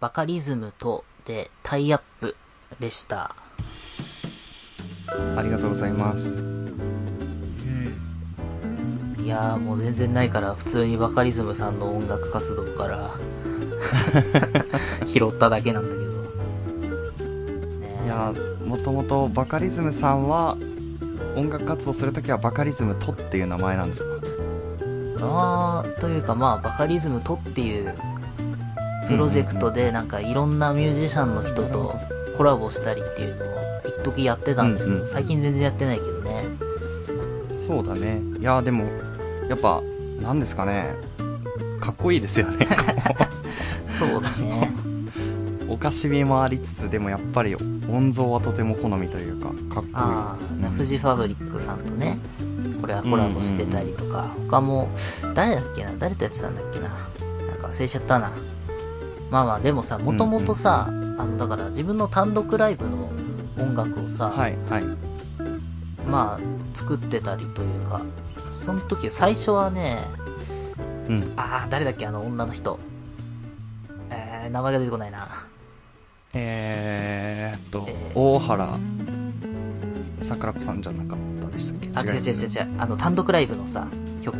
バカリズムとでタイアップでした。ありがとうございます。いやーもう全然ないから、普通にバカリズムさんの音楽活動から 拾っただけなんだけど。ねえいやもともとバカリズムさんは音楽活動するときはバカリズムとっていう名前なんですかあーというかまあバカリズムとっていうプロジェクトでなんかいろんなミュージシャンの人とコラボしたりっていうのを一時やってたんですうんうよん最近全然やってないけど ねそうだねいやでもやっぱなんですかねかっこいいですよね そうだねおかしみもありつつでもやっぱり音像はとても好みというかかっこいいああうんフジファブリックさんとねこれはコラボしてたりとか他も誰だっけな誰とやってたんだっけななんか忘れちゃったなまあまあでもさもともとさあのだから自分の単独ライブの音楽をさ、はいはいまあ作ってたりというかその時最初はねうんああ誰だっけあの女の人えー、名前が出てこないなえー、っと、えー大原桜子さんじゃなかったでしたっけあ違う違う違う違うあの単独ライブのさ曲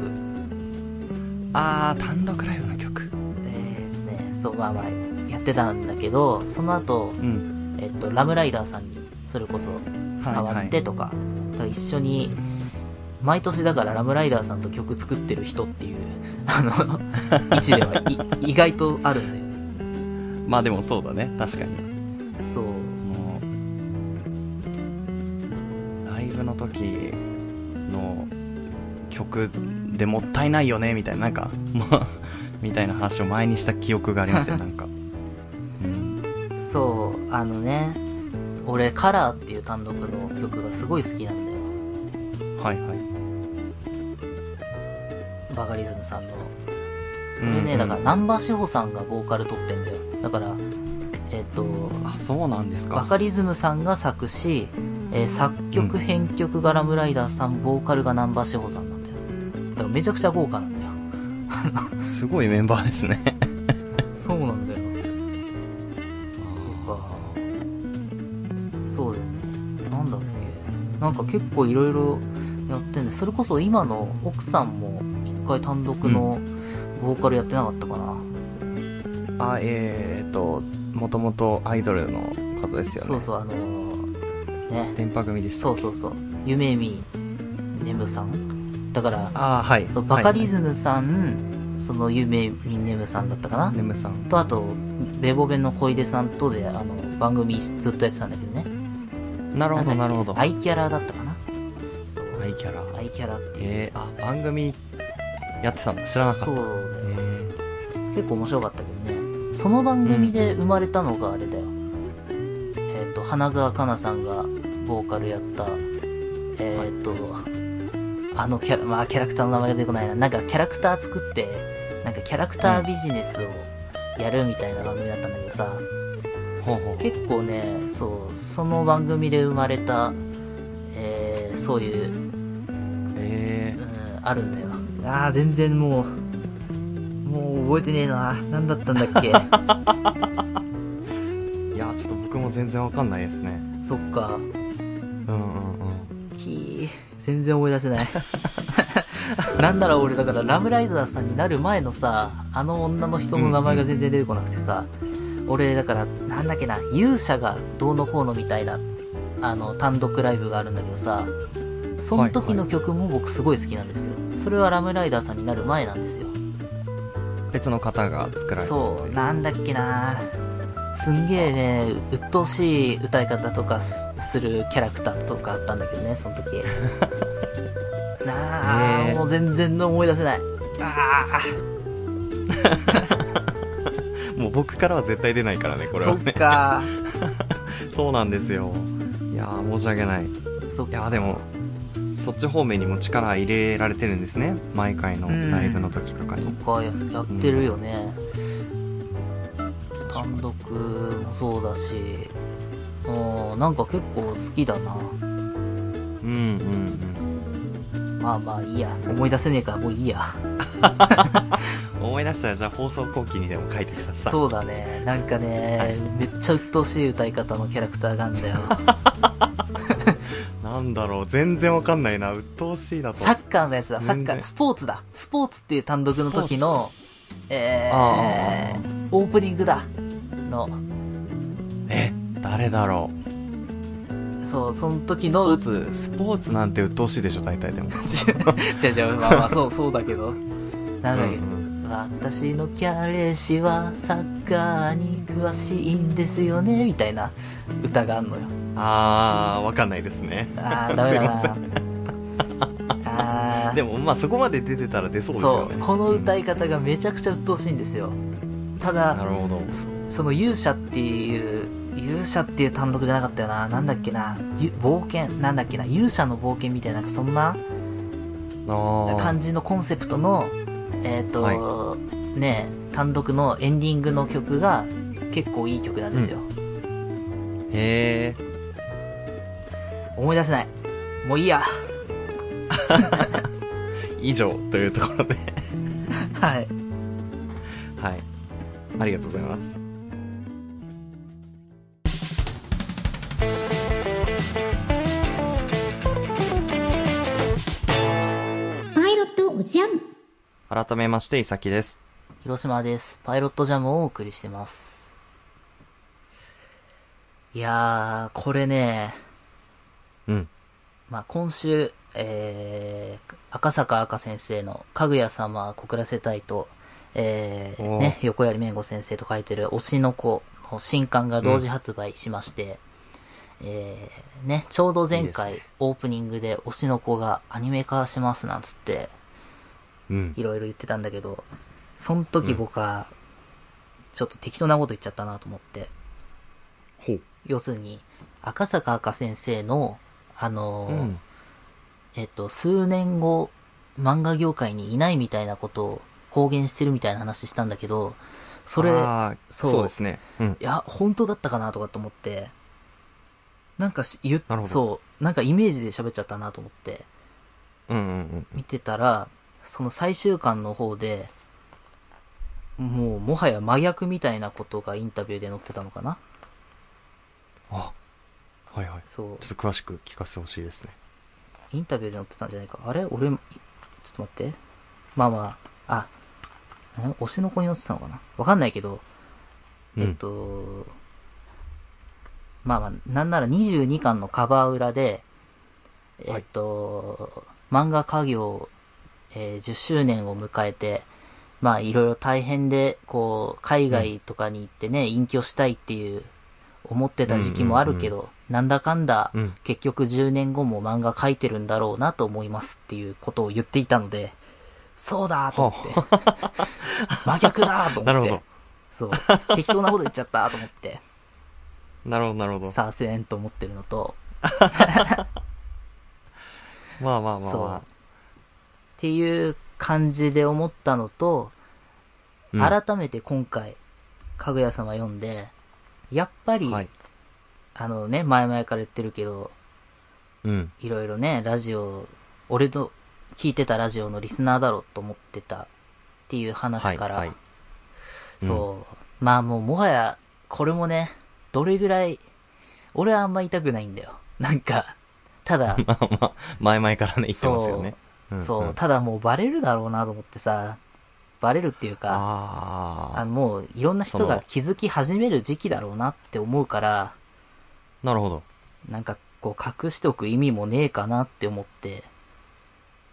ああ単独ライブの曲えー、ねそうまあまあやってたんだけどその後、うんえっとラムライダーさんにそれこそはい変わはっいてとか,、だから一緒に毎年だからラムライダーさんと曲作ってる人っていうあ の位置ではい意外とあるんだよねまあでもそうだね確かにそうもうライブの時の曲でもったいないよねみたいななんかまあ みたいな話を前にした記憶があり ますよなんか、うん、そうあのね俺「カラーっていう単独の曲がすごい好きなんだよはいはいバカリズムさんのそれうんね、うんだから難波志保さんがボーカル取ってんだよだからえっとあそうなんですバかカリズムさんが作詞、えー作曲編曲がラムライダーさんボーカルが難波志保さんなんだよだからめちゃくちゃ豪華なんだよすごいメンバーですねそうなんだよそうかそうだよねなんだっけなんか結構いろいろやってんでそれこそ今の奥さんも一回単独のボーカルやってなかったかな、 あえー、っともともとアイドルの方ですよねそうそうあのーね電波組でしたそうそうそう夢見ねむさんだからああはいそうバカリム、ズムさん、その夢見ねむさんだったかな、はいはいネムさんとあとベボベの小出さんとであの番組ずっとやってたんだけどねなるほどんだっなけるほどアイキャラだったかなそうアイキャラアイキャラっていう、えー、あ番組やってたんだ知らなかったそうだえよ、ー結構面白かったけどねその番組で生まれたのがあれだよ、えっ、と花澤香菜さんがボーカルやったえっ、と、あのキャラまあキャラクターの名前が出てこないななんかキャラクター作ってなんかキャラクタービジネスをやるみたいな番組だったんだけどさ、ほうほう結構ねそうその番組で生まれた、えーそういう、えうん、あるんだよああ全然もうもう覚えてねえな何だったんだっけー、いやちょっと僕も全然わかんないですねそっかうんうんうんひー全然思い出せない なんなら俺だからラムライダーさんになる前のさあの女の人の名前が全然出てこなくてさ、俺だからなんだっけな勇者がどうのこうのみたいなあの単独ライブがあるんだけどさその時の曲も僕すごい好きなんですよ、それはラムライダーさんになる前なんですよ別の方が作られてそうなんだっけなすんげえね鬱陶しい歌い方とかすするキャラクターとかあったんだけどねその 時なあ、ねえもう全然思い出せないああもう僕からは絶対出ないからねこれそはっねかそうなんですよいやー申し訳ないいそっかやーでもそっち方面にも力入れられてるんですね毎回のうんライブの時とかにそっかややってるよね、単独もそうだしうんなんか結構好きだなうんうんまあまあいいや思い出せねえからもういいやうん思い出したらじゃあ放送後期にでも書いてくださいそうだねなんかね、はいめっちゃ鬱陶しい歌い方のキャラクターがあん だよなんだろう全然わかんないな鬱陶しいだとサッカーのやつだサッカ全ー然スポーツだスポーツっていう単独の時のえああー、オープニングだのえ誰だろうそうその時スポのーツスポーツなんて鬱陶しいでしょ大体でも じゃじゃまあまあそうそうだけどなんだっけ、うん私の彼氏はサッカーに詳しいんですよねみたいな歌があんのよ あーわかんないですねあーダメだすいまなあー せんでもまあそこまで出てたら出そうですよねこの歌い方がめちゃくちゃ鬱陶しいんですよたうんなるだほどその勇者っていう勇者っていう単独じゃなかったよななんだっけなゆ冒険なんだっけな勇者の冒険みたいななんかそんなあー感じのコンセプトのえっ、と、はね単独のエンディングの曲が結構いい曲なんですよ、へえ思い出せないもういいや 以上というところで はいはいありがとうございますパイロットおじゃん。改めましていさきです広島です。パイロットジャムをお送りしてます。いやー、これね、うんまあ、今週、えー、赤坂赤先生の、かぐや様小倉世帯と、えー、おーね、横槍弁護先生と書いてる推しの子の新刊が同時発売しまして、えー、ね、ちょうど前回いいですオープニングで推しの子がアニメ化しますなんつって、うんいろいろ言ってたんだけど、その時僕は、ちょっと適当なこと言っちゃったなと思って。ほう要するに、赤坂赤先生の、あのーうんえっと、数年後、漫画業界にいないみたいなことを公言してるみたいな話したんだけど、それ、あーそうそうですねうんいや、本当だったかなとかと思って、なんかし言っなるほどそう、なんかイメージで喋っちゃったなと思って、うんうん見てたら、その最終巻の方で、もうもはや真逆みたいなことがインタビューで載ってたのかなあはいはいそちょっと詳しく聞かせてほしいですねう。インタビューで載ってたんじゃないか。あれ俺、いちょっと待って。まあまあ、あ、ん推しの子に載ってたのかなわかんないけど、えっと、まあまあ、なんなら22巻のカバー裏で、えっと、漫画家業、えー10周年を迎えて、まあいろいろ大変で、こう、海外とかに行ってね、隠居したいっていう、思ってた時期もあるけど、なんだかんだ、うん結局10年後も漫画描いてるんだろうなと思いますっていうことを言っていたので、そうだと思って。 真逆だと思って。 なるほどそう。適当なこと言っちゃったと思っ て、なるほどなるほどさあせんと思ってるのと、まあまあまあそう。っまていう感じで思ったのと、あうん改めて今回、かぐや様読んで、やっぱり、はいあのね、前々から言ってるけど、うんいろいろね、ラジオ、俺の聞いてたラジオのリスナーだろうと思ってたっていう話から、はいはいうんそう。まあもうもはや、これもね、どれぐらい、俺はあんま痛くないんだよ。なんか、ただ、まあまあ前々からね言ってますよねんんそう、ただもうバレるだろうなと思ってさ、バレるっていうか、あああのもういろんな人そがの気づき始める時期だろうなって思うから、なるほどなんかこう隠しておく意味もねえかなって思って、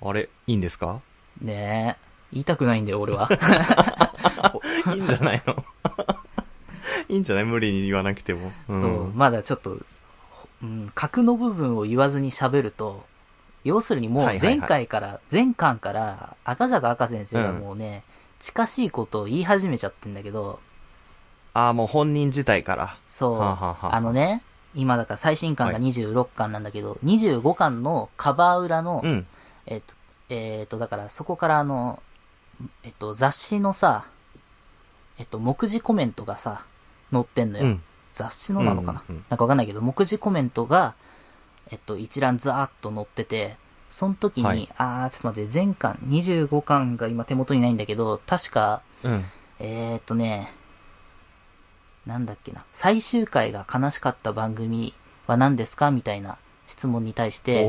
あれいいんですか ねえ、言いたくないんだよ俺は。いいんじゃないの いいんじゃない無理に言わなくてもうんそう、まだちょっと、ほうん、角の部分を言わずに喋ると、要するにもうはいはいはい前回から、前巻から赤坂赤先生がもうね、近しいことを言い始めちゃってんだけど、ああもう本人自体からそう、はあはあはあのね、今だから最新巻がはい26巻なんだけど、25巻のカバー裏の、うんえっ、と、えっ、と、だからそこからあの、えっ、と、雑誌のさ、えっ、と、目次コメントがさ、載ってんのよ。うん雑誌のなのかな、うんうんうんなんかわかんないけど、目次コメントが、えっと、一覧ザーッと載ってて、その時に、はいあー、ちょっと待って、全巻、25巻が今手元にないんだけど、確か、うん。えー、っとね、なんだっけな、最終回が悲しかった番組は何ですかみたいな質問に対しおて、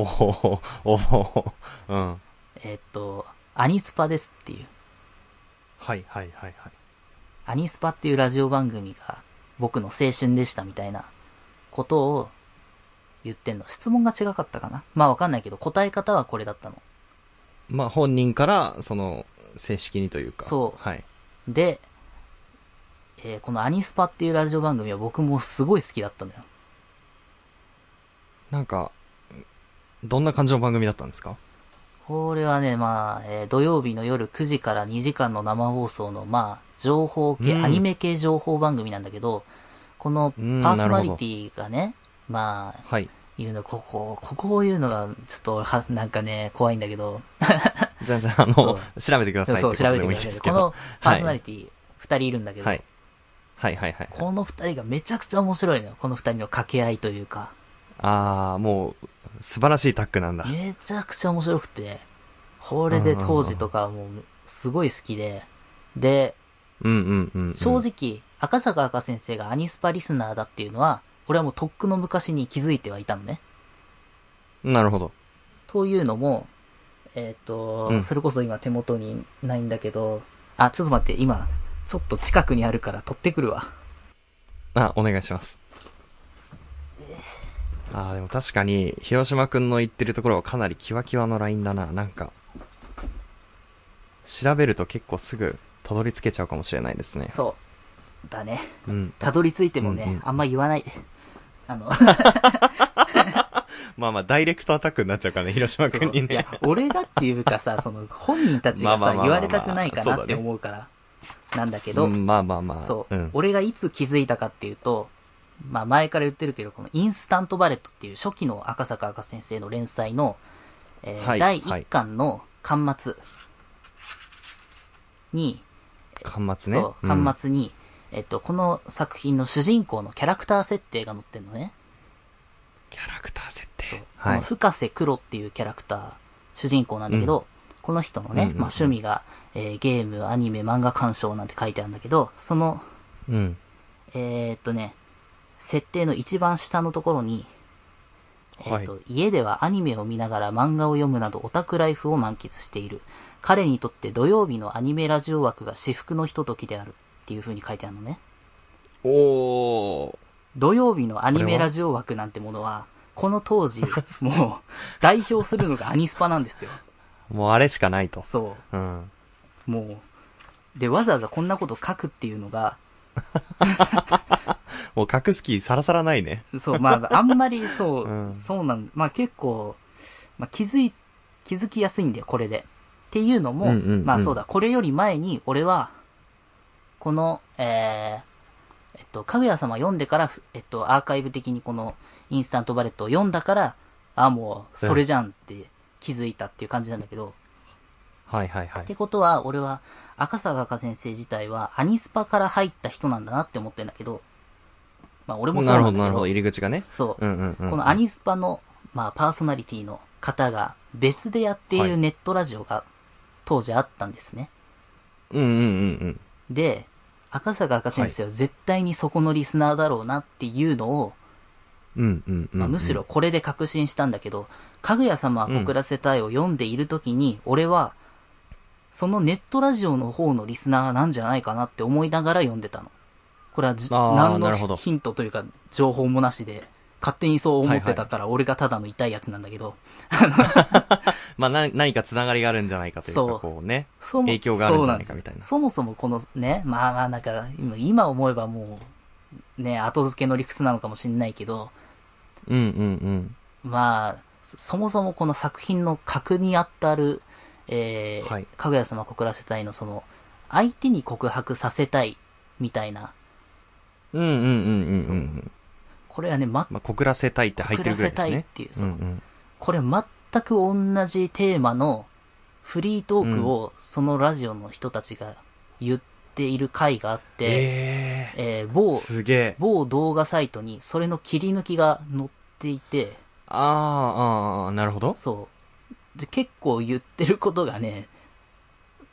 おおおうん。えー、っと、アニスパですっていう。はいはいはいはい。アニスパっていうラジオ番組が僕の青春でしたみたいなことを言ってんの。質問が違かったかなまあわかんないけど、答え方はこれだったの。まあ本人から、その、正式にというか。そうはい。で、えーこのアニスパっていうラジオ番組は僕もすごい好きだったのよ。なんか、どんな感じの番組だったんですかこれはね、まあ、えー土曜日の夜9時から2時間の生放送の、まあ、情報系、うんアニメ系情報番組なんだけど、このパうんーソナリティがね、まあ、はい。言うの、ここ、ここを言うのが、ちょっと、は、なんかね、怖いんだけど、じゃあじゃあ、あの、調べてくださいってそこう、調とべでてもくいいださでい。すこけど。のパーソナリティ二人いるんだけど、はい。はいはいはい。この二人がめちゃくちゃ面白いのよ。この二人の掛け合いというか、ああ、もう、素晴らしいタッグなんだ。めちゃくちゃ面白くて、これで当時とかもう、すごい好きで、で、うんうんうん、うん。正直、赤坂赤先生がアニスパリスナーだっていうのは、俺はもうとっくの昔に気づいてはいたのね。なるほど。というのも、えっ、と、うんそれこそ今手元にないんだけど、あ、ちょっと待って、今、ちょっと近くにあるから取ってくるわ。あ、お願いします。ああ、でも確かに、広島くんの言ってるところはかなりキワキワのラインだな。なんか、調べると結構すぐ、たどり着けちゃうかもしれないですね。そう。だね。うん。たどり着いてもね、うんうんあんま言わないで。あの、まあまあ、ダイレクトアタックになっちゃうからね、広島くんにいやね。、俺がっていうか さ、その、本人たちがまあさ、まあまあ言まあわれたくないかなってそうだね思うから、なんだけうど、ん、まあまあまあ。そう、ん。俺がいつ気づいたかっていうと、まあ前から言ってるけど、このインスタントバレットっていう初期の赤坂赤先生の連載の、えーはい第1巻の巻末に、巻末ね。そう、ん巻末に、えっと、この作品の主人公のキャラクター設定が載ってんのね。キャラクター設定。この深瀬黒っていうキャラクター、主人公なんだけど、この人のね、うんうんうんまあ趣味が、えーゲーム、アニメ、漫画鑑賞なんて書いてあるんだけど、そのうん。えーっとね、設定の一番下のところに、えーっと、は家ではアニメを見ながら漫画を読むなどオタクライフを満喫している。彼にとって土曜日のアニメラジオ枠が至福のひとときであるっていう風に書いてあるのね。おー。土曜日のアニこメれはラジオ枠なんてものは、この当 時、もう、代表するのがアニスパなんですよ。もうあれしかないと。そうん。う。もう。で、わざわざこんなこと書くっていうのが、もう隠す気さらさらないね。そう、まあ、あんまりそう、 うんそうなんまあ結構、まあ気づい、気づきやすいんだよ、これで。っていうのも、うんうんうんまあそうだ、これより前に、俺は、この、えーえっと、かぐや様読んでから、ふえっと、アーカイブ的にこの、インスタントバレットを読んだから、あ、もう、それじゃんって気づいたっていう感じなんだけど、はいはいはっいて。ことは、俺は、赤坂赤先生自体は、アニスパから入った人なんだなって思ってんだけど、まあ俺もそうなるなほんどだなけるほどど、、入り口がね。そう、うんうんうん。このアニスパの、まあ、パーソナリティの方が別でやっていはるいネットラジオが当時あったんですね。うんうんうんで、赤坂赤先生は絶対にそこのリスナーだろうなっていうのを、うん。うんうんうん。まあ、むしろ。これで確信したんだけど、かぐや様は告らせたいを読んでいる時に、俺は、そのネットラジオの方のリスナーなんじゃないかなって思いながら読んでたの。これはじあー何なるほのどヒントというか情報もなしで、勝手にそう思ってたから俺がただの痛いやつなんだけど、まあな、何かつながりがあるんじゃないかというそうか、こうね。そも影響があるんじゃないかみたいなそうんですそもそもこのね、まあまあなんか、今今思えばもう、ね、後付けの理屈なのかもしれないけど、うんうんまあ、そそもそもこの作品の核にあたる、えーはいかぐや様告らせたいのその、相手に告白させたい、みたいな。うん。うんうんうんうんうん。これはね、ま、まあ、告らせたいって入ってるぐらいで告すね。らせたいっていうそうんん。これ全く同じテーマのフリートークを、そのラジオの人たちが言っている回があって、ええーー。某、すげえ。某動画サイトにそれの切り抜きが載っていて、あーあー、あーなるほど。そで、結構言ってることがね、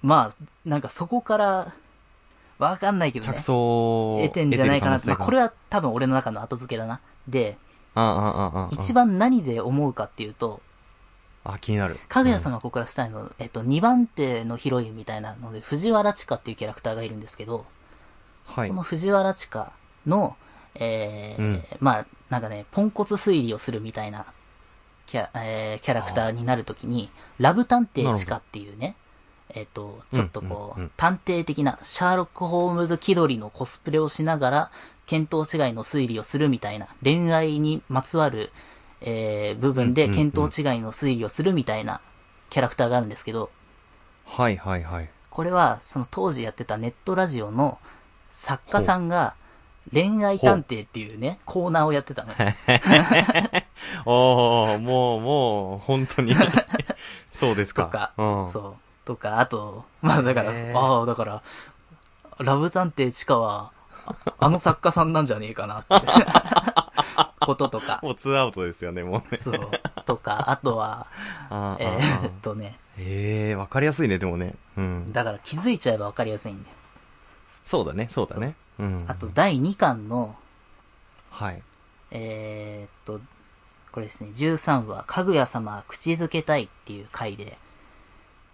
まあ、なんかそこから、わかんないけどね着、想を得てんじゃないかなっ得て。てまあ、る可能性がこれは多分俺の中の後付けだな。で、ああああああ一番何で思うかっていうと、あ気になるかぐや様ここからしたいの、えっと、2番手のヒロインみたいなので、藤原千佳っていうキャラクターがいるんですけど、はいこの藤原千佳の、えーうんまあ、なんかね、ポンコツ推理をするみたいなキャ,、えーキャラクターになるときに、ラブ探偵千佳っていうね、えっ、と、ちょっとこう、うんうんうん探偵的な、シャーロック・ホームズ気取りのコスプレをしながら、見当違いの推理をするみたいな、恋愛にまつわる、えー部分でうんうんうん見当違いの推理をするみたいなキャラクターがあるんですけど、はいはいはいこれは、その当時やってたネットラジオの作家さんが、恋愛探偵っていうね、コーナーをやってたのよ。おおもうもう本 当にそうですかとか、うん、そう。とか、あと、まあだからへ、ーああ、だから、ラブ探偵チカは、ああの作家さんなんじゃねえかな っていうこととか、もうツーアウトですよねも うねそう。とか、あとは、あーえあーーっとね、ええわかりやすいねでもねうんだから気づいちゃえばわかりやすいんだよ。そうだねそうだねうんあと、第2巻の、はいえーっと、これですね、13話、かぐや様は口づけたいっていう回で、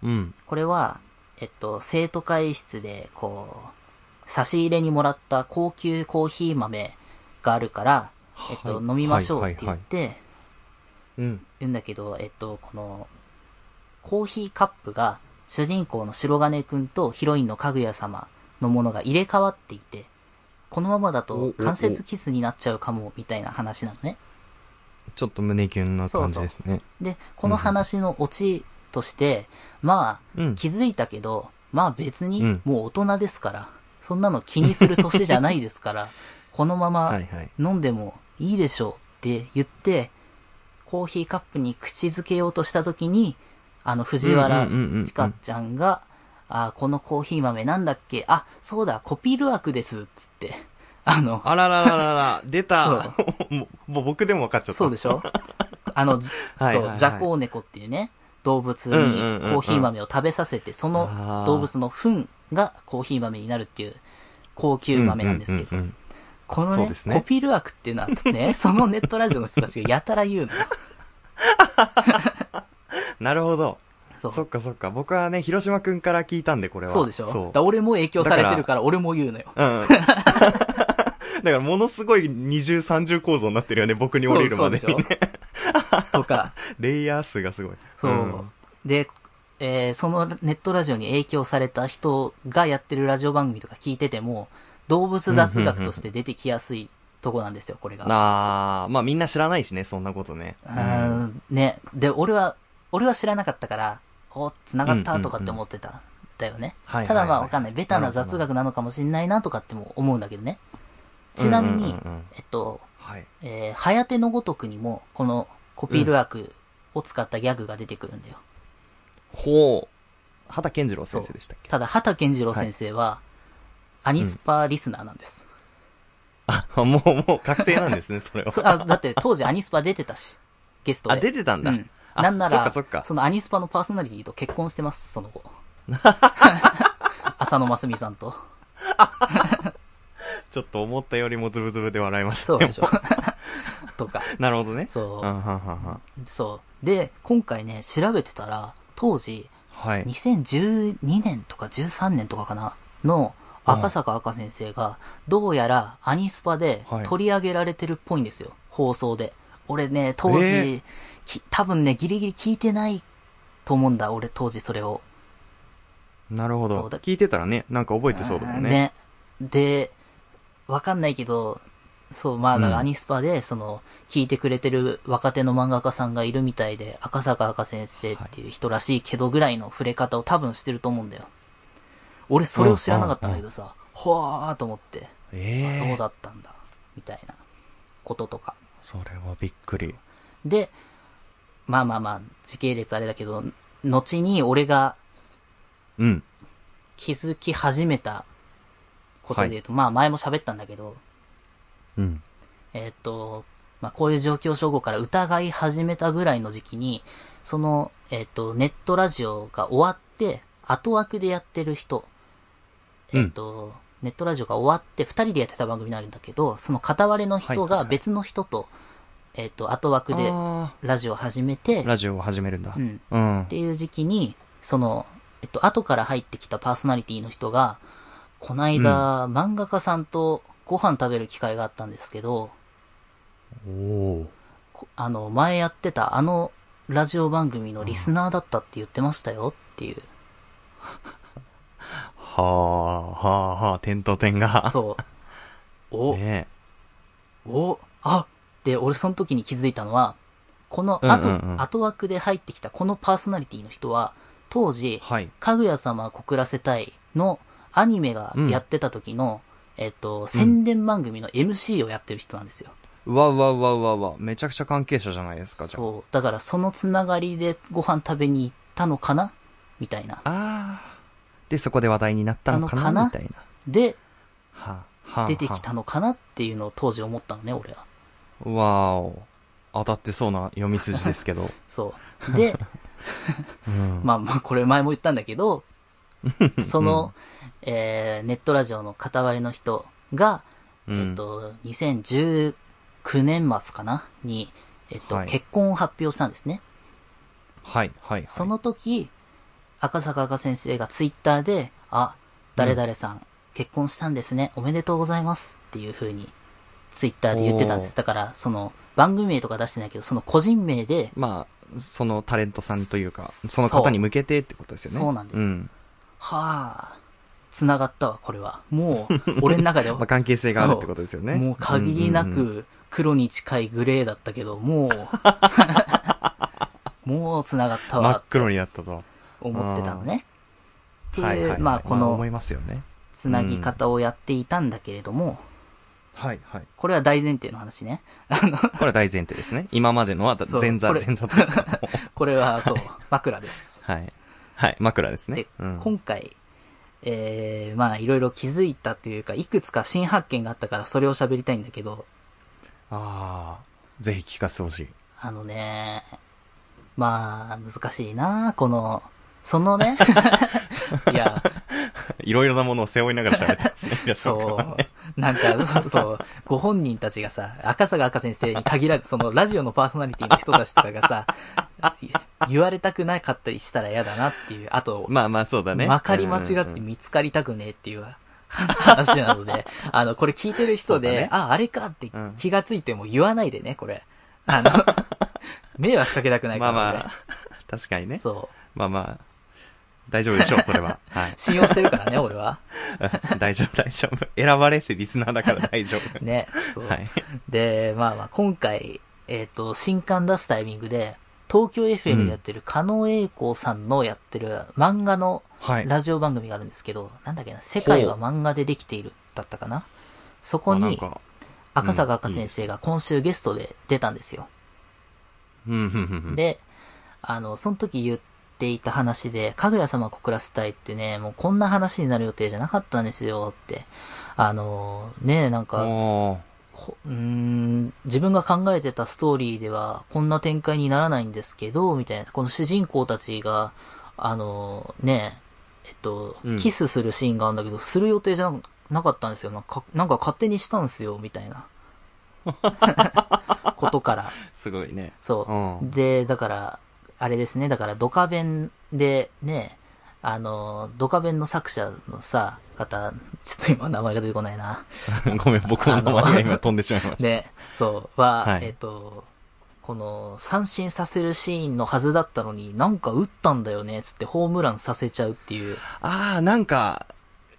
うんこれは、えっと、生徒会室で、こう、差し入れにもらった高級コーヒー豆があるから、えっと、はい飲みましょうって言って、うん言うんだけど、えっと、この、コーヒーカップが、主人公の白金くんとヒロインのかぐや様のものが入れ替わっていて、このままだと関節キスになっちゃうかも、みたいな話なのね。ちょっと胸キュンな感じですねで、この話のオチとして、まあ、うん気づいたけど、まあ別うにんもう大人ですから、そんなの気にする年じゃないです から、このままはいはい飲んでもいいでしょうって言って、コーヒーカップに口づけようとした時に、あの藤原うんうんうんうんちかちゃんが、あーこのコーヒー豆なんだっけあ、そうだ、コピルワークです、つって。あの、あららら らら、出たもう もう僕でも分かっちゃった。そうでしょあ の、じはいはいそはう、いジャコウネコっていうね、動物にうんうんうんうんコーヒー豆を食べさせて、そあのー動物の糞がコーヒー豆になるっていう高級豆なんですけうど、んうんうんこのそうねです、ねコピル枠っていうのは ね、そのネットラジオの人たちがやたら言うの。なるほど。そう。そそっかそっか。僕はね、広島くんから聞いたんで、これは。うでしょだそかう。ら俺も影響されてるから、俺も言うのよ。うん うん。だから、ものすごい二重三重構造になってるよね、僕に降りるまでそうにそうね。しょとか、 レイヤー数がすごい。そう。んで、えーそのネットラジオに影響された人がやってるラジオ番組とか聞いてても、動物雑学として出てきやすいとこなんですよ、これが。あー、まあみんな知らないしね、そんなことね。うーん、ね。で、俺は、俺は知らなかったから、お、繋がったとかって思ってた。だよね。はいはいはいただまあわかんない。ベタな雑学なのかもしんないなとかっても思うんだけどね。ちなみに、うんうんうんうんえっと、はい。えー、はやてのごとくにも、このコピールワークを使ったギャグが出てくるんだよ。ほう。畑健次郎先生でしたっけただ、畑健次郎先生は、アニスパリスナーなんです。 あ、もう、もう確定なんですね、それ はそ。あだって当時アニスパ出てたし、ゲストで。あ、出てたんだ。うん。あなんなそっらかそっか。のアニスパのパーソナリティと結婚してます、その 後。浅野真澄さんと。ちょっと思ったよりもズブズブで笑いましたそね。うでしょ。とか。 なるほどね。そうんはんはんはんう。そう。で、今回ね、調べてたら、当時、はい。 2012年とか13年とかかなの赤坂赤先生が、どうやらアニスパではい取り上げられてるっぽいんですよ。放送で。俺ね、当時、えーき多分ね、ギリギリ聞いてないと思うんだ。俺当時それを。なるほそどうだ。聞いてたらね、なんか覚えてそうだもんね。で、わかんないけど、そう、まあ、だからうんアニスパで、その、聞いてくれてる若手の漫画家さんがいるみたいで、赤坂赤先生っていう人らしいけどぐらいの触れ方を多分してると思うんだよ。俺、それを知らなかったんだけどさ、ほわーと思って、ええそうだったんだ、みたいな、こととか。それはびっくり。で、まあまあまあ、時系列あれだけど、後に俺がうん。気づき始めたことで言うと、まあ前も喋ったんだけど、うん。えーっと、まあ、こういう状況証拠から疑い始めたぐらいの時期に、その、えっ、と、ネットラジオが終わって、後枠でやってる人、うんえっ、と、ネットラジオが終わって二人でやってた番組になるんだけど、その片割れの人はいはいはがい別の人と、えっ、と、後枠であラジオを始めて、ーラジオを始めるんだ。うんうん。っていう時期に、その、えっと、後から入ってきたパーソナリティの人が、こないだ、漫画家さんとご飯食べる機会があったんですけど、おおこあの、前やってたあのラジオ番組のリスナーだったって言ってましたよっていう。ー。はあ、はあ、はあ、点と点が。そう。 お、ねお、あで、俺その時に気づいたのは、このうんうん後、うん後枠で入ってきたこのパーソナリティの人は、当時え、はい。かぐや様告らせたいのアニメがやってた時の、えっと、宣伝番組の MC をやってる人なんですよ。うわうわうわうわうわ。めちゃくちゃ関係者じゃないですか、じゃあ。そう。だからそのつながりでご飯食べに行ったのかなみたいな。あー。で、そこで話題になったのかななのみかたないな。で、はあ、はあ。出てきたのかなっていうのを当時思ったのね、俺は。わーお。当たってそうな読み筋です けど。 そう。で、うん。まあまあ、これ前も言ったんだけ ど、その、えーネットラジオの片割れの人が、うんえっと、2019年末かなに、えっと、はい結婚を発表したんですね。はい、はい、はい。その時、赤坂赤先生がツイッターで、あ、誰々さん、結婚したんですね、おめでとうございますっていう風に、ツイッターで言ってたんでおす。ーだから、その、番組名とか出してないけど、その個人名で、まあ、そのタレントさんというか、その方に向けてってことですよね。そうなんですうん。はあ、繋がったわ、これは。もう、 俺の中ではまあ、関係性があるってことですよね。もう限りなうんうんうんく黒に近いグレーだったけど、 もう、もう繋がった真わっ黒になったと。思ってたのね。ってはいはいいはう、いまあこ思いのますよね。繋ぎ方をやっていたんだけれども、はいはい。これは大前提の話ね。 これは大前提ですね。今までのはそう前座、これ前座というか もうこれは そう、枕です。はい。はい、枕ですねで。、うん今回、えー、まあいろいろ気づいたというか、いくつか新発見があったからそれを喋りたいんだけど、ああ、ぜひ聞かせてほしい。あのね、まあ、難しいなこの、その ね、いや、 いろいろなものを背負いながら喋ってま すね。いらっしゃるからね。そう。なんか、そうそう。ご本人たちがさ、赤坂赤先生に限らず、そのラジオのパーソナリティの人たちとかがさ、い言われたくなかったりしたら嫌だなっていう、あと、まあまあそうだね。まかり間違っうんうんてうん見つかりたくねえって いうは話なので、あの、これ聞いてる人で、そうだねあ、あれかってうん気がついても言わないでね、これ。あ の、迷惑かけたくないかまあら、俺まあ、確かにね。そう。まあまあ、大丈夫でしょう、そ れは。はい。 信用してるからね、俺は。大丈夫、大丈夫。選ばれしリスナーだから大丈夫。ね。そう。はい。で、まあまあ、今回、えっ、と、新刊出すタイミングで、東京 FM でやってる、加納栄光さんのやってる漫画のはいラジオ番組があるんですけど、なんだっけな、世界は漫画でできているだったかな。そこあなんに、か、赤坂赤先生が今週ゲストで出たんですよ。うん、うん、うん。うんで、あの、その時言っていた話で、かぐや様を告らせたいってね、もうこんな話になる予定じゃなかったんですよって。あの、ねえ、なんか、おーほうーん自分が考えてたストーリーではこんな展開にならないんですけど、みたいな。この主人公たちが、あの、ねえ、えっとうん、キスするシーンがあるんだけど、する予定じゃなかったんですよ。なんか、なんか勝手にしたんですよ、みたい な。ことから。すごいね。 そうう。で、だから、あれですね、だからドカベンでね、あの、ドカベンの作者のさ、方、ちょっと今名前が出てこないな。ん。ごめん、僕も名前が今飛んでしまいました。ね、そう、は、はいえっ、と、この、三振させるシーンのはずだったのに、なんか打ったんだよね、つってホームランさせちゃうっていう。ああ、なんか、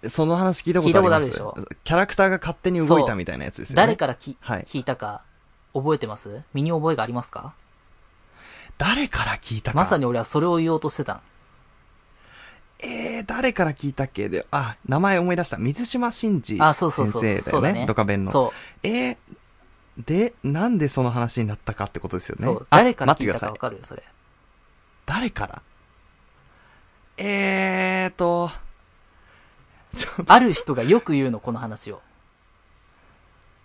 その話聞いたことあり聞いますたことあるでキャラクターが勝手に動いたみたいなやつですよね。誰からき、はい聞いたか、覚えてます身に覚えがありますか誰から聞いたか。まさに。俺はそれを言おうとしてたん。えー、誰から聞いたっけで、あ、名前思い出した。水島真司あ、そうそうそう。先生そだうよだね。ね。ドカベンの。そえー、で、なんでその話になったかってことですよう。ね。そう。あ誰から聞い待ったてくだかさわかるよ、それ。誰からえーと、ちょある人がよく言うの、この話を。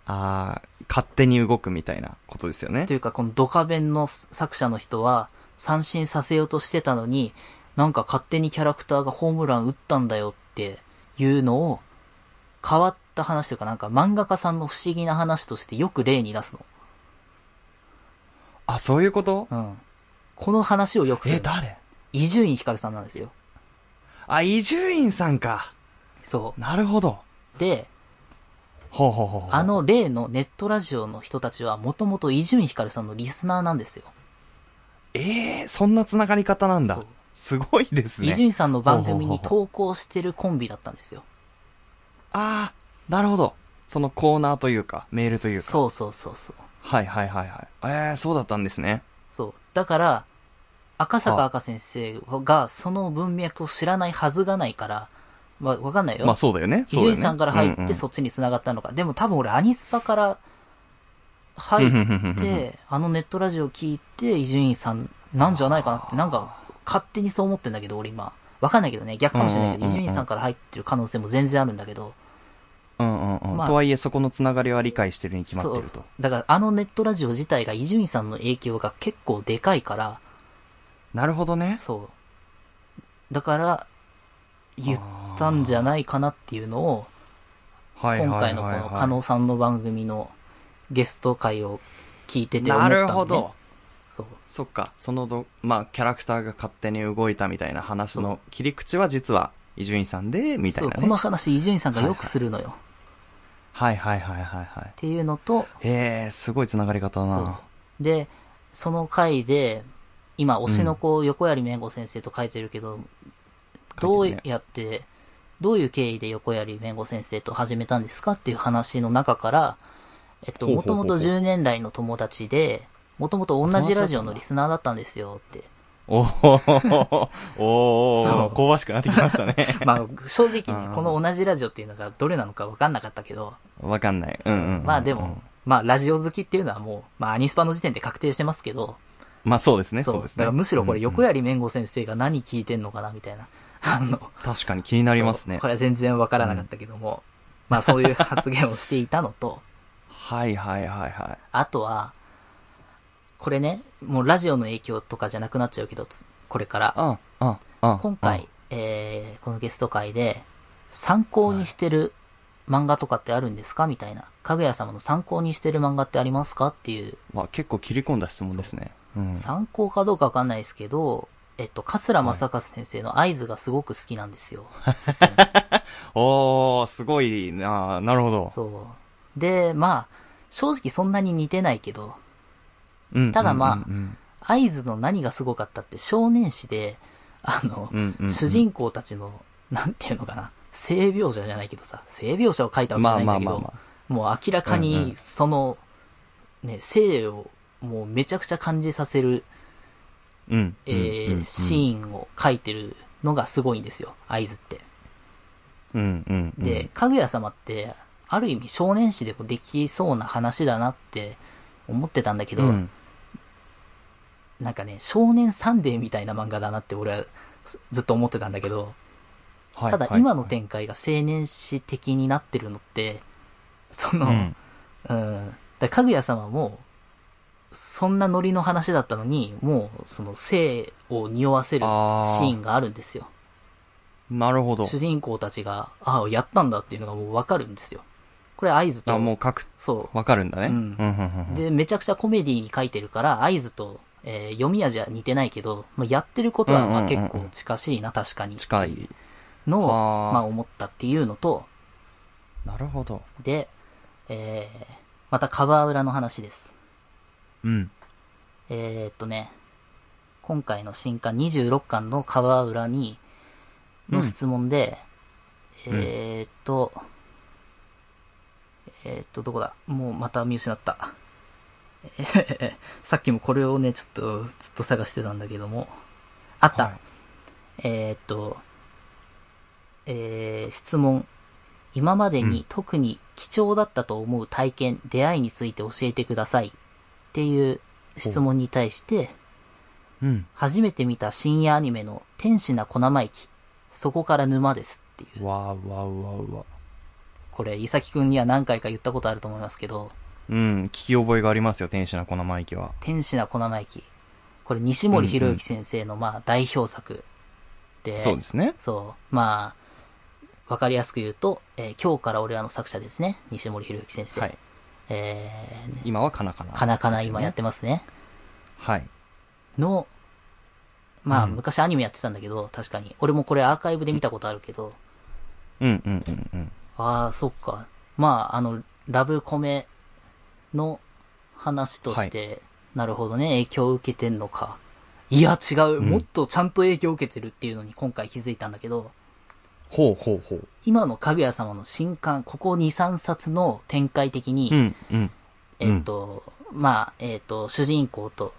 あー勝手に動くみたいなことですよねと。いうか、このドカベンの作者の人は、三振させようとしてたのに、なんか勝手にキャラクターがホームラン打ったんだよっていうのを、変わった話というかなんか漫画家さんの不思議な話としてよく例に出すの。あ、そういうことうん。この話をよくすえ、る。誰伊集院光さんなんですよ。あ、伊集院さんか。そなるほど。う。で、ほうほうほうほう。あ、の例のネットラジオの人たちはもともと伊集院光さんのリスナーなんですよ。ええそんな繋がり方なそんだう。すごいですね。伊集院さんの番組にほうほ投稿してるコンビだったんですよ。ああ、なるほど。そのコーナーというか、メールというか。そうそうそうそう。はいはいはいはい。ええそうだったんですね。そう。だから、赤坂赤先生がその文脈を知らないはずがないから、まあ、わかんないよ。まあそうだよね。伊集院さんから入そうだよっねてそっちに繋がったのか。でも多分俺アニスパから入うんうんうんうんっうんうんて、あのネットラジオ聞いて伊集院さんなんじゃないかなって、なんか勝手にそう思ってんだけど俺今。わかんないけどね、逆かもしれないけど、うん伊うんうん集うん院さんから入ってる可能性も全然あるんだけど、うんうんうんうん。まあとはいえ、そこの繋がりは理解してるに決まってるそうと。だからあのネットラジオ自体が伊集院さんの影響が結構でかいから、なるほどね。そう。だから、言ったんじゃないかなっていうのを、はいはい今は回い、のこはい。の加納さんの番組のゲスト会を聞いてて思ったなんで、ね。るほど。そう。そっか。そのど、まあ、キャラクターが勝手に動いたみたいな話の切り口は実は、伊集院さんで、みたいそう、なこねの。話伊集院さんがよくするのよ。っはいはいはいはいはい。ていうのと、へえ、すごい繋がり方だな。で、その回で、今、推しの子、横槍めんご先生と書いてるけど、どう書いてるねやって、どういう経緯で横槍めんご先生と始めたんですかっていう話の中から、えっと、ほうもほうほとうもと10年来の友達で、もともと同じラジオのリスナーだったんですよって。おおおそおう香ばしくなってきまし たね。まあ、正直うね、んこの同じラジオっていうのがどれなのか分かんなかったけど、わかんない。うんうんうん、まあでも、まあ、ラジオ好きっていうのはもう、まあ、アニスパの時点で確定してますけど、まあそうですね、そうそうですだね。からむしろこれ、うんうん横槍めんご先生が何聞いてんのかな、みたいな。あの、確かに気になりますねこ。れは全然わからなかったけども、まあそういう発言をしていたのと、 はいはいはいはあとは、これね、もうラジオの影響とかじゃなくなっちゃうけど、つこれから。い。うん、うん、うん。今うん回。、えー、このゲスト会で、参考にしてる漫画とかってあるんですかみたいな。かぐや様の参考にしてる漫画ってありますかっていう、まあ結構切り込んだ質問ですね。うん。参考かどうかわかんないですけど、えっと、桂正和先生の合図がすごく好きなんですよ。おー、すごいななるほど。そう。で、まあ、正直そんなに似てないけど、うんただまあうんうん合図の何がすごかったって少年誌で、あの、うんうんうん主人公たちの、なんていうのかな、性描写じゃないけどさ、性描写を書いたわけじゃないんだけど、まあまあまあもう明らかうんうんに、その、ね、性を、もうめちゃくちゃ感じさせる、うんうん。えーうんうんシーンを書いてるのがすごいんですよ、合図って。うんうんうん。で、、かぐや様って、ある意味少年誌でもできそうな話だなって思ってたんだけうど、ん。なんかね、少年サンデーみたいな漫画だなって俺はずずっと思ってたんだけど、はいただ今の点展開が青年誌的になってるのって、その、ううんん。、だからかぐや様も、そんなノリの話だったのに、もう、その、性を匂わせるシあーーンがあるんですよ。なるほど主。人公たちが、ああ、やったんだっていうのがもうわかるんですよ。これ合図と、あ、もう確、そわかるんだね。うんうんうんうんう。で、めちゃくちゃコメディに書いてるから、合図と、えー読み味は似てないけど、まあ、やってることは、まあうんうんうんう結ん構近しいな、確かに。近い。のを、あーまあ思ったっていうのと、なるほど。で、えー、またカバー裏の話です。うん。えー、っとね、今回の新刊26巻のカバー裏に、の質問で、んえー、っと、えー、っと、どこだもうまた見失った。 えへへへさっきもこれをね、ちょっとずっと探してたんだけども、あった、はいえーっと、えー質問。今までに特に貴重だったと思う体験、出会いについて教えてください。っていう質問に対して、うん。初めて見た深夜アニメの天使な小生意気。そこから沼ですっていう。わーわーわーわー。これ、いさきくんには何回か言ったことあると思いますけど、うん、聞き覚えがありますよ、天使なこの生意気は。天使な小生意気。これ西森博之先生のまあ代表作で、そうですね。そう。まあ、わかりやすく言うと、えー今日から俺はの作者ですね。西森博之先生。はい。えー、今はカナカナ。かなかな今やってまますね。す。はい。の、まあ、うん昔アニメやってたんだけど、確かに。俺もこれアーカイブで見たことあるけど、うんうんうんうん。ああ、そっか。まあ、あの、ラブコメの話として、なるほどね、影響を受けてんのか。いや、違う、うんもっとちゃんと影響を受けてるっていうのに今回気づいたんだけど、ほうほうほう。今のかぐや様の新刊、ここ2、3冊の展開的に、うんうん。えっと、まあ、えっと、主人公と、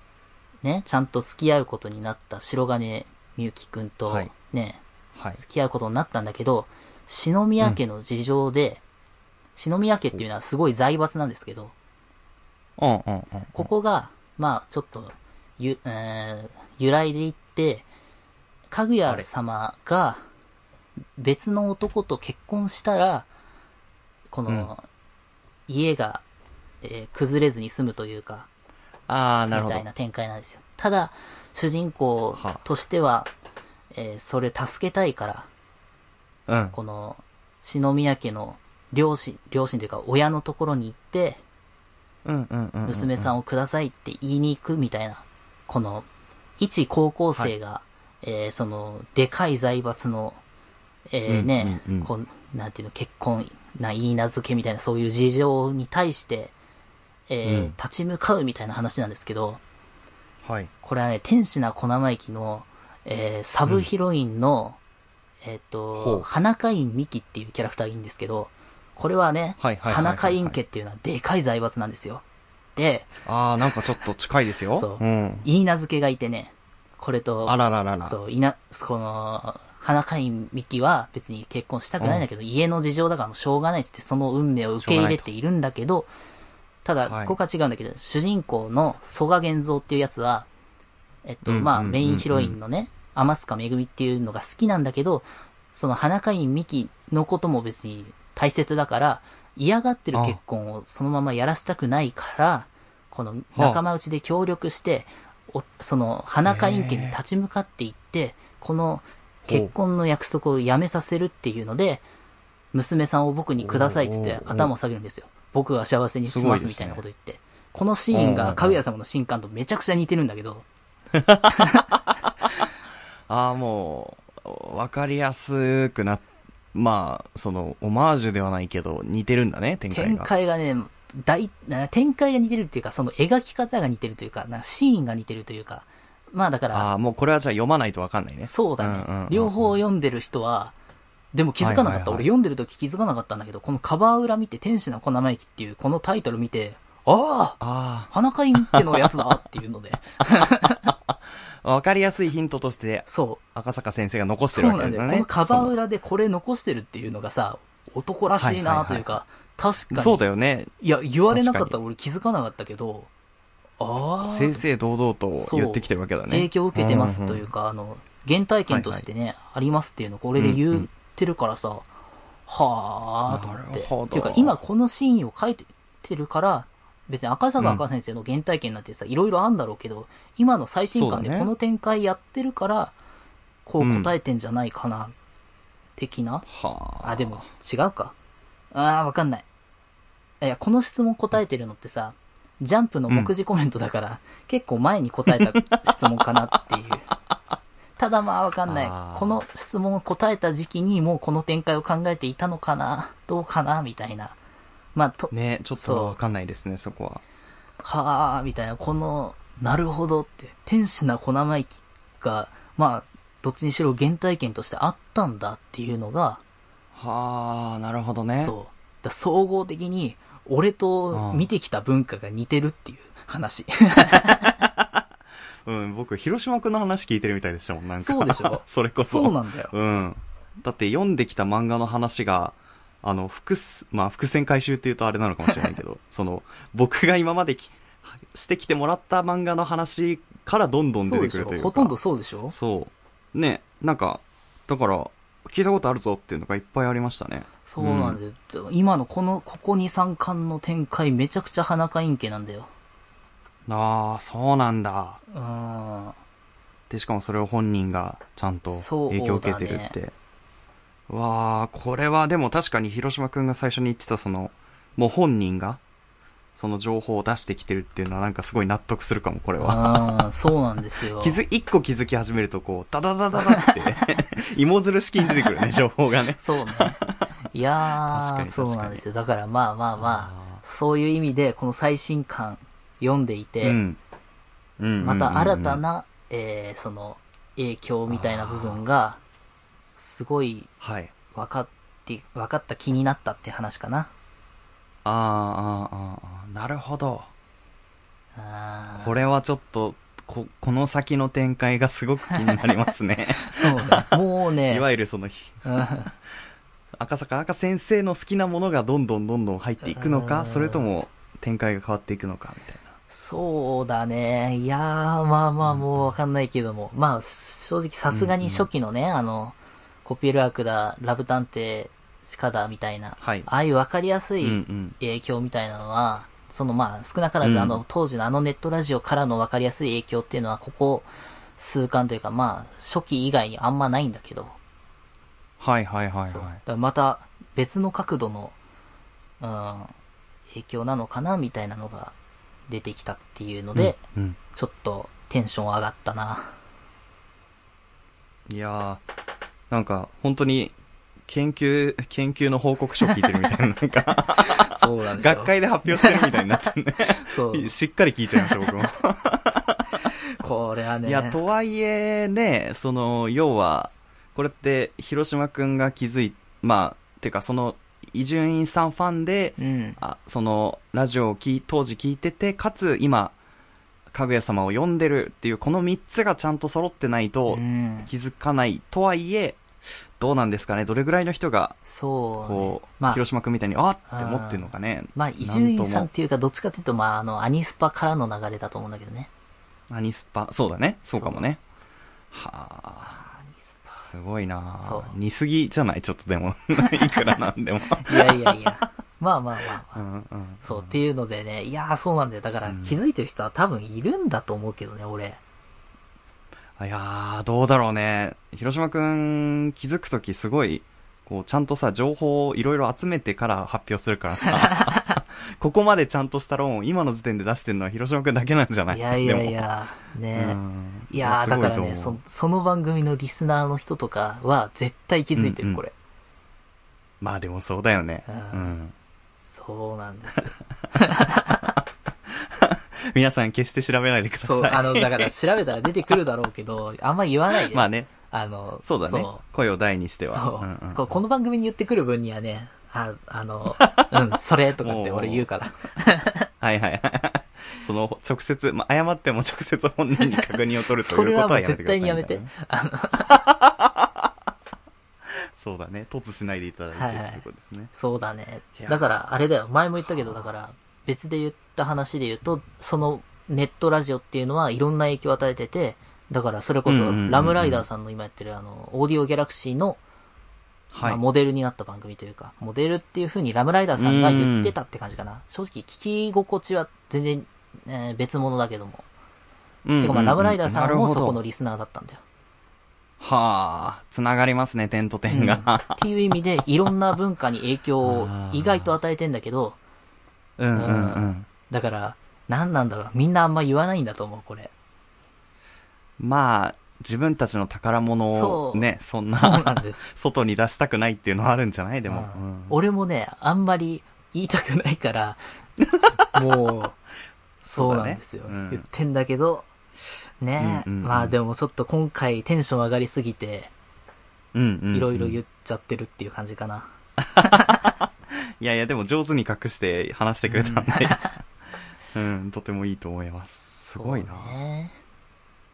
ね、ちゃんと付き合うことになった白金みゆきくんと、はいね、はい。付き合うことになったんだけど、篠宮家の事情で、篠宮家っていうのはすごい財閥なんですけど、うんうんうんうん。ここが、まあ、ちょっと、ゆ、えー、由来で言って、かぐや様が、別の男と結婚したら、この、家が、えー崩れずに済むというか、ああ、なみるほたどい。な展開なんですよ。ただ、主人公はあとしては、えーそれ助けたいから、うん。この、篠宮家の両親、両親というか親のところに行って、うんうんうんうん。娘さん。んをくださいって言いに行くみたいな、この、一高校生が、えーその、でかい財閥の、えーうんね、うんうんこう、なんていうの、結婚な、いい名付けみたいな、そういう事情に対して、えーうん立ち向かうみたいな話なんですけど、はい。これはね、天使な小生意気の、えーサブヒロインの、えーっ、ほと、う花会員ミキっていうキャラクターがいいんですけど、これはね、はいはいはいはいは花い会員家っていうのはでかい財閥なんですよ。で、ああ、なんかちょっと近いですよ。そううん。いい名付けがいてね、これと、あらららら。そう、いな、この、花会員ミキは別に結婚したくないんだけど、家の事情だからもうしょうがないっつってその運命を受け入れているんだけど、ただ、はいここは違うんだけど、主人公の曽我玄三っていうやつは、えっと、うんまあ、うんメインヒロインのね、天塚めぐみっていうのが好きなんだけど、その花会員ミキのことも別に大切だから、嫌がってる結婚をそのままやらせたくないから、この仲間内で協力して、おその花会員家に立ち向かっていって、この結婚の約束をやめさせるっていうので、娘さんを僕にくださいって言っておー頭を下げるんですよ。僕は幸せにしますみたいなこと言って。このシーンがかぐや様の新刊とめちゃくちゃ似てるんだけど、ああ、もう、わかりやすくな、まあ、その、オマージュではないけど、似てるんだね、展開展が。開がね、大、な展開が似てるっていうか、その描き方が似てるというか、なんかシーンが似てるというか、まあだからあ、あ、もうこれはじゃあ読まないとわかんないね。そうだね、んんん両方読んでる人は、でも気づかなかった。はいはいはい俺読んでる時気づかなかったんだけど、このカバー裏見て天使の小生意気っていうこのタイトル見て、あああ花会員ってのやつだっていう ので。あ、わかりやすいヒントとして、そう。赤坂先生が残してそうるわなけんだだよ。ね。このカバー裏でこれ残してるっていうのがさ、男らしいなというか、確かそに。のそうだよね。いや、言われなかったら俺気づかなかったけど、ああ、正々堂々と言ってきてるわけだね。影響を受けてますというか。か、あの、原体験としてね、ありますっていうのをこれでうんう言んってるからさ、はあと思って。なるほどっていうか、今このシーンを書いてるから、別に赤坂赤先生の原体験なんてさ、いろいろあるんだろうけど、今の最新刊でそうだねこの展開やってるから、こう答えてんじゃないかな、的な。はあ。あ、でも、違うか。ああ、わかんない。いや、この質問答えてるのってさ、ジャンプの目次コメントだから、結構前に答えた質問かなっていう。ただまあわかんないあ。ーこの質問を答えた時期にもうこの展開を考えていたのかなどうかなみたいな。まあ、と、ね、ちょっそうとわかんないですね、そこは。はあ、みたいな、この、なるほどって、天使な小生意気が、まあ、どっちにしろ原体験としてあったんだっていうのが、はあ、なるほどね。そう。だ総合的に、俺とうん見てきた文化が似てるっていう 話。うん、僕、広島くんの話聞いてるみたいでしたもん、なんか。そうでしょ それこそ。そうなんだようん。だって読んできた漫画の話が、あの、伏す、まあ、伏線回収っていうとあれなのかもしれない けど、その、僕が今までき、してきてもらった漫画の話からどんどんそう出てでくしるといょうか。ほとんどそうでしょそう。ね、なんか、だから、聞いたことあるぞっていうのがいっぱいありましたね。そうなんだよ。今のこの、ここ2、3巻の展開めちゃくちゃ花火陰家なんだよ。ああ、そうなんだ。うん。で、しかもそれを本人がちゃんとそう影響を受けてるって。わあ、これはでも確かに広島くんが最初に言ってたその、もう本人が、その情報を出してきてるっていうのはなんかすごい納得するかも、これは。ああ、そうなんですよ。 気づ、一個気づき始めるとこう、ダダダダダって、 芋づる式に出てくるね、情報がね。そうね。い確かやー、にそうなんですよ。だからまあまあまあ、そういう意味で、この最新刊読んでいて、うん。うんうんうんうんまた新た、な、えー、その、影響みたいな部分が、すごいはい。分かって、分かった気になったって話かな。ああ、ああ、ああ、なるほど。あーこれはちょっと、こ、この先の展開がすごく気になりますね。そうね。 もうねい、わゆるその、 ひうん赤坂赤先生の好きなものがどんどんどんどん入っていくのうか、んそれとも展開が変わっていくのか、みたいな。そうだね。いやー、まあまあもうわかんないけども。まあ、正直さすがに初期のね、あの、コピールアークだ、ラブ探偵、地下だ、みたいな。はいああいうわかりやすうんういん影響みたいなのは、そのまあ、少なからず、うんあの、当時のあのネットラジオからのわかりやすい影響っていうのは、ここ数巻というか、まあ、初期以外にあんまないんだけど。はいはいはいそう。だはからまた別の角度の、うん、影響なのかなみたいなのが出てきたっていうので、い。うん。ちょっとテンション上がったな。いやー、なんか、本当に、研究、研究の報告書聞いてるみ たいな、なんか、 そうなんですよ。学会で発表してるみたいになってるそう。ね。しっかり聞いちゃいました、 僕も。これはね。いや、とはいえね、その、要は、これって、広島くんが気づい、まあ、てか、その、伊集院さんファンで、うん。あそのラジオを聞い当時聞いててかつ今かぐや様を読んでるっていうこの3つがちゃんと揃ってないとうん気づかないとはいえどうなんですかねどれぐらいの人がそうね、こう、まあ、広島君みたいにあっって思ってるのかねまあ、伊集院さんっていうか、どっちかっていうと、まあ、あの、アニスパからの流れだと思うんだけどね。アニスパそうだねそうかもねはあアニスすごいなそうあ似すぎじゃないちょっとでも いくらなん でも、パ。いやいやいや。まあまあまあまあ。うんうん、そう、っていうのでね、いやーそうなんだよ。だからうん、気づいてる人は多分いるんだと思うけどね、俺。いやー、どうだろうね。広島くん、気づくときすごい、こう、ちゃんとさ、情報をいろいろ集めてから発表するからさ、 ここまでちゃんとした論を今の時点で出してるのは広島くんだけなんじゃないいやいやいでもや、ねうんいやー、だからねすごいとそ思う、その番組のリスナーの人とかは絶対気づいてうんうる、んこれ。まあでもそうだよね。ううんん。そうなん ですよ。皆さん決して調べないでくだそう、あさい。の、だから調べたら出てくるだろうけど、あんま言わないで。まあね、あの、そうだねそ。声を大にしてう。は。そううんうんこうこの番組に言ってくる分にはね、あ、あ の、うん、それとかって俺言うから。はいはい。 その、直接、まあ、謝っても直接本人に確認を取るとそいれうこはともうはやめ絶てください対みにたいなね。やめて。そうだね。突しないでいただいはいてはいということですね。そうだねい。やだから、あれだよ。前も言ったけど、だから、別で言った話で言うと、そのネットラジオっていうのはいろんな影響を与えてて、だからそれこうんそうんうんう、んラムライダーさんの今やってるあの、オーディオギャラクシーの、はい。まあモデルになった番組というか、モデルっていう風にラムライダーさんが言ってたって感じかな。正直、聞き心地は全然、えー別物だけども。うんうんうんてかまあ、ラムライダーさんもそこ。のなるリスナーだったんだよ。ほどはあ、つながりますね、点とう点んっが。ていう意味で、いろんな文化に影響を意外と与えてんだけど、うんうんうん。だから、何なんだろう。みんなあんま言わないんだと思う、これ。まあ、自分たちの宝物をね、そんそうなな、んです。 外に出したくないっていうのはあるんじゃないでも。ううんん俺もね、あんまり言いたくない から、もう、そうなんですよ。そうだねうん言ってんだけど、ね、うんうんうんまあでもちょっと今回テンション上がりすぎて、うんうん。いろいろい言っちゃってるっていう感じかな。やいや、でも上手に隠して話してくれたんで。 うん、とてもいいと思います。すごいな。そうね。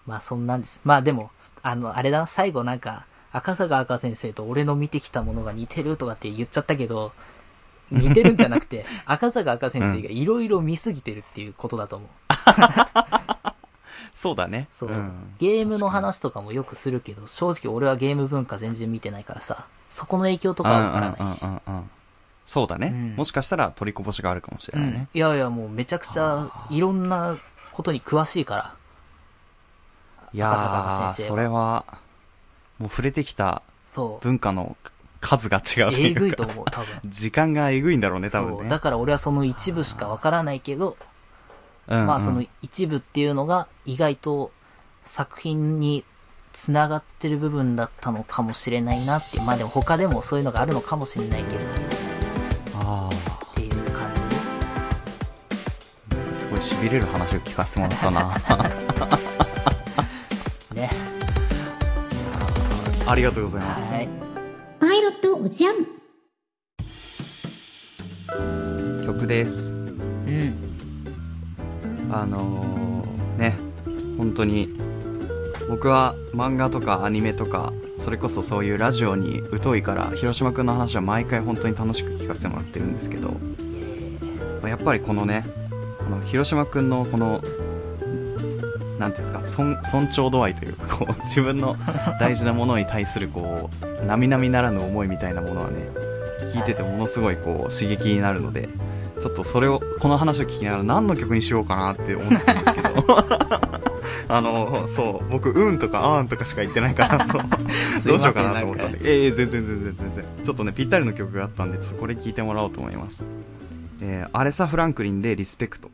まあそんなんです。まあでも、あの、あれだな、最後なんか、赤坂赤先生と俺の見てきたものが似てるとかって言っちゃったけど、似てるんじゃなく て、赤坂赤先生がいろいろ見すぎてるっていうことだと思う。そうだね。そう、んゲームの話とかもよくするけど、正直俺はゲーム文化全然見てないからさ、そこの影響とかはわからないし。うんうんうんうんうんそうだね、うんもしかしたら取りこぼしがあるかもしれうないんね。いやいや、もうめちゃくちゃいろんなことに詳しいから。い赤坂や先生はー、それは、もう触れてきたそう。文化の数が違うといえうか。ぐいと思う、多分。時間がえぐいんだろうね、多そ分う。ね。だから俺はその一部しかわからないけど、うんうんまあその一部っていうのが意外と作品に繋がってる部分だったのかもしれないなっていう。まあでも他でもそういうのがあるのかもしれないけど、っあていう感ーなんかすごい痺れる話を聞かせてもらったな。 じね。ありがとうございます。はい。パイロットおじゃん曲です。うん。あのー、ね、本当に、僕は漫画とかアニメとか、それこそそういうラジオに疎いから、広島くんの話は毎回本当に楽しく聞かせてもらってるんですけど、まあやっぱりこのね、あの広島くんのこの、なんていうんですか、尊尊重度合いというか、こう、 自分の大事なものに対する、こう、並々ならぬ思いみたいなものはね、聞いててものすごいこう刺激になるので、ちょっとそれを、この話を聞きながら何の曲にしようかなって思ってたんですけど、 あの、そう、僕、うんとかあーんとかしか言ってな いから、そすいう、ませんどうしようかなと思ったなんで、ええ全然全然全然。ちょっとね、ぴったりの曲があったんで、ちょっとこれ聞いてもらおうと思います。えーアレサ・フランクリンでリスペクト。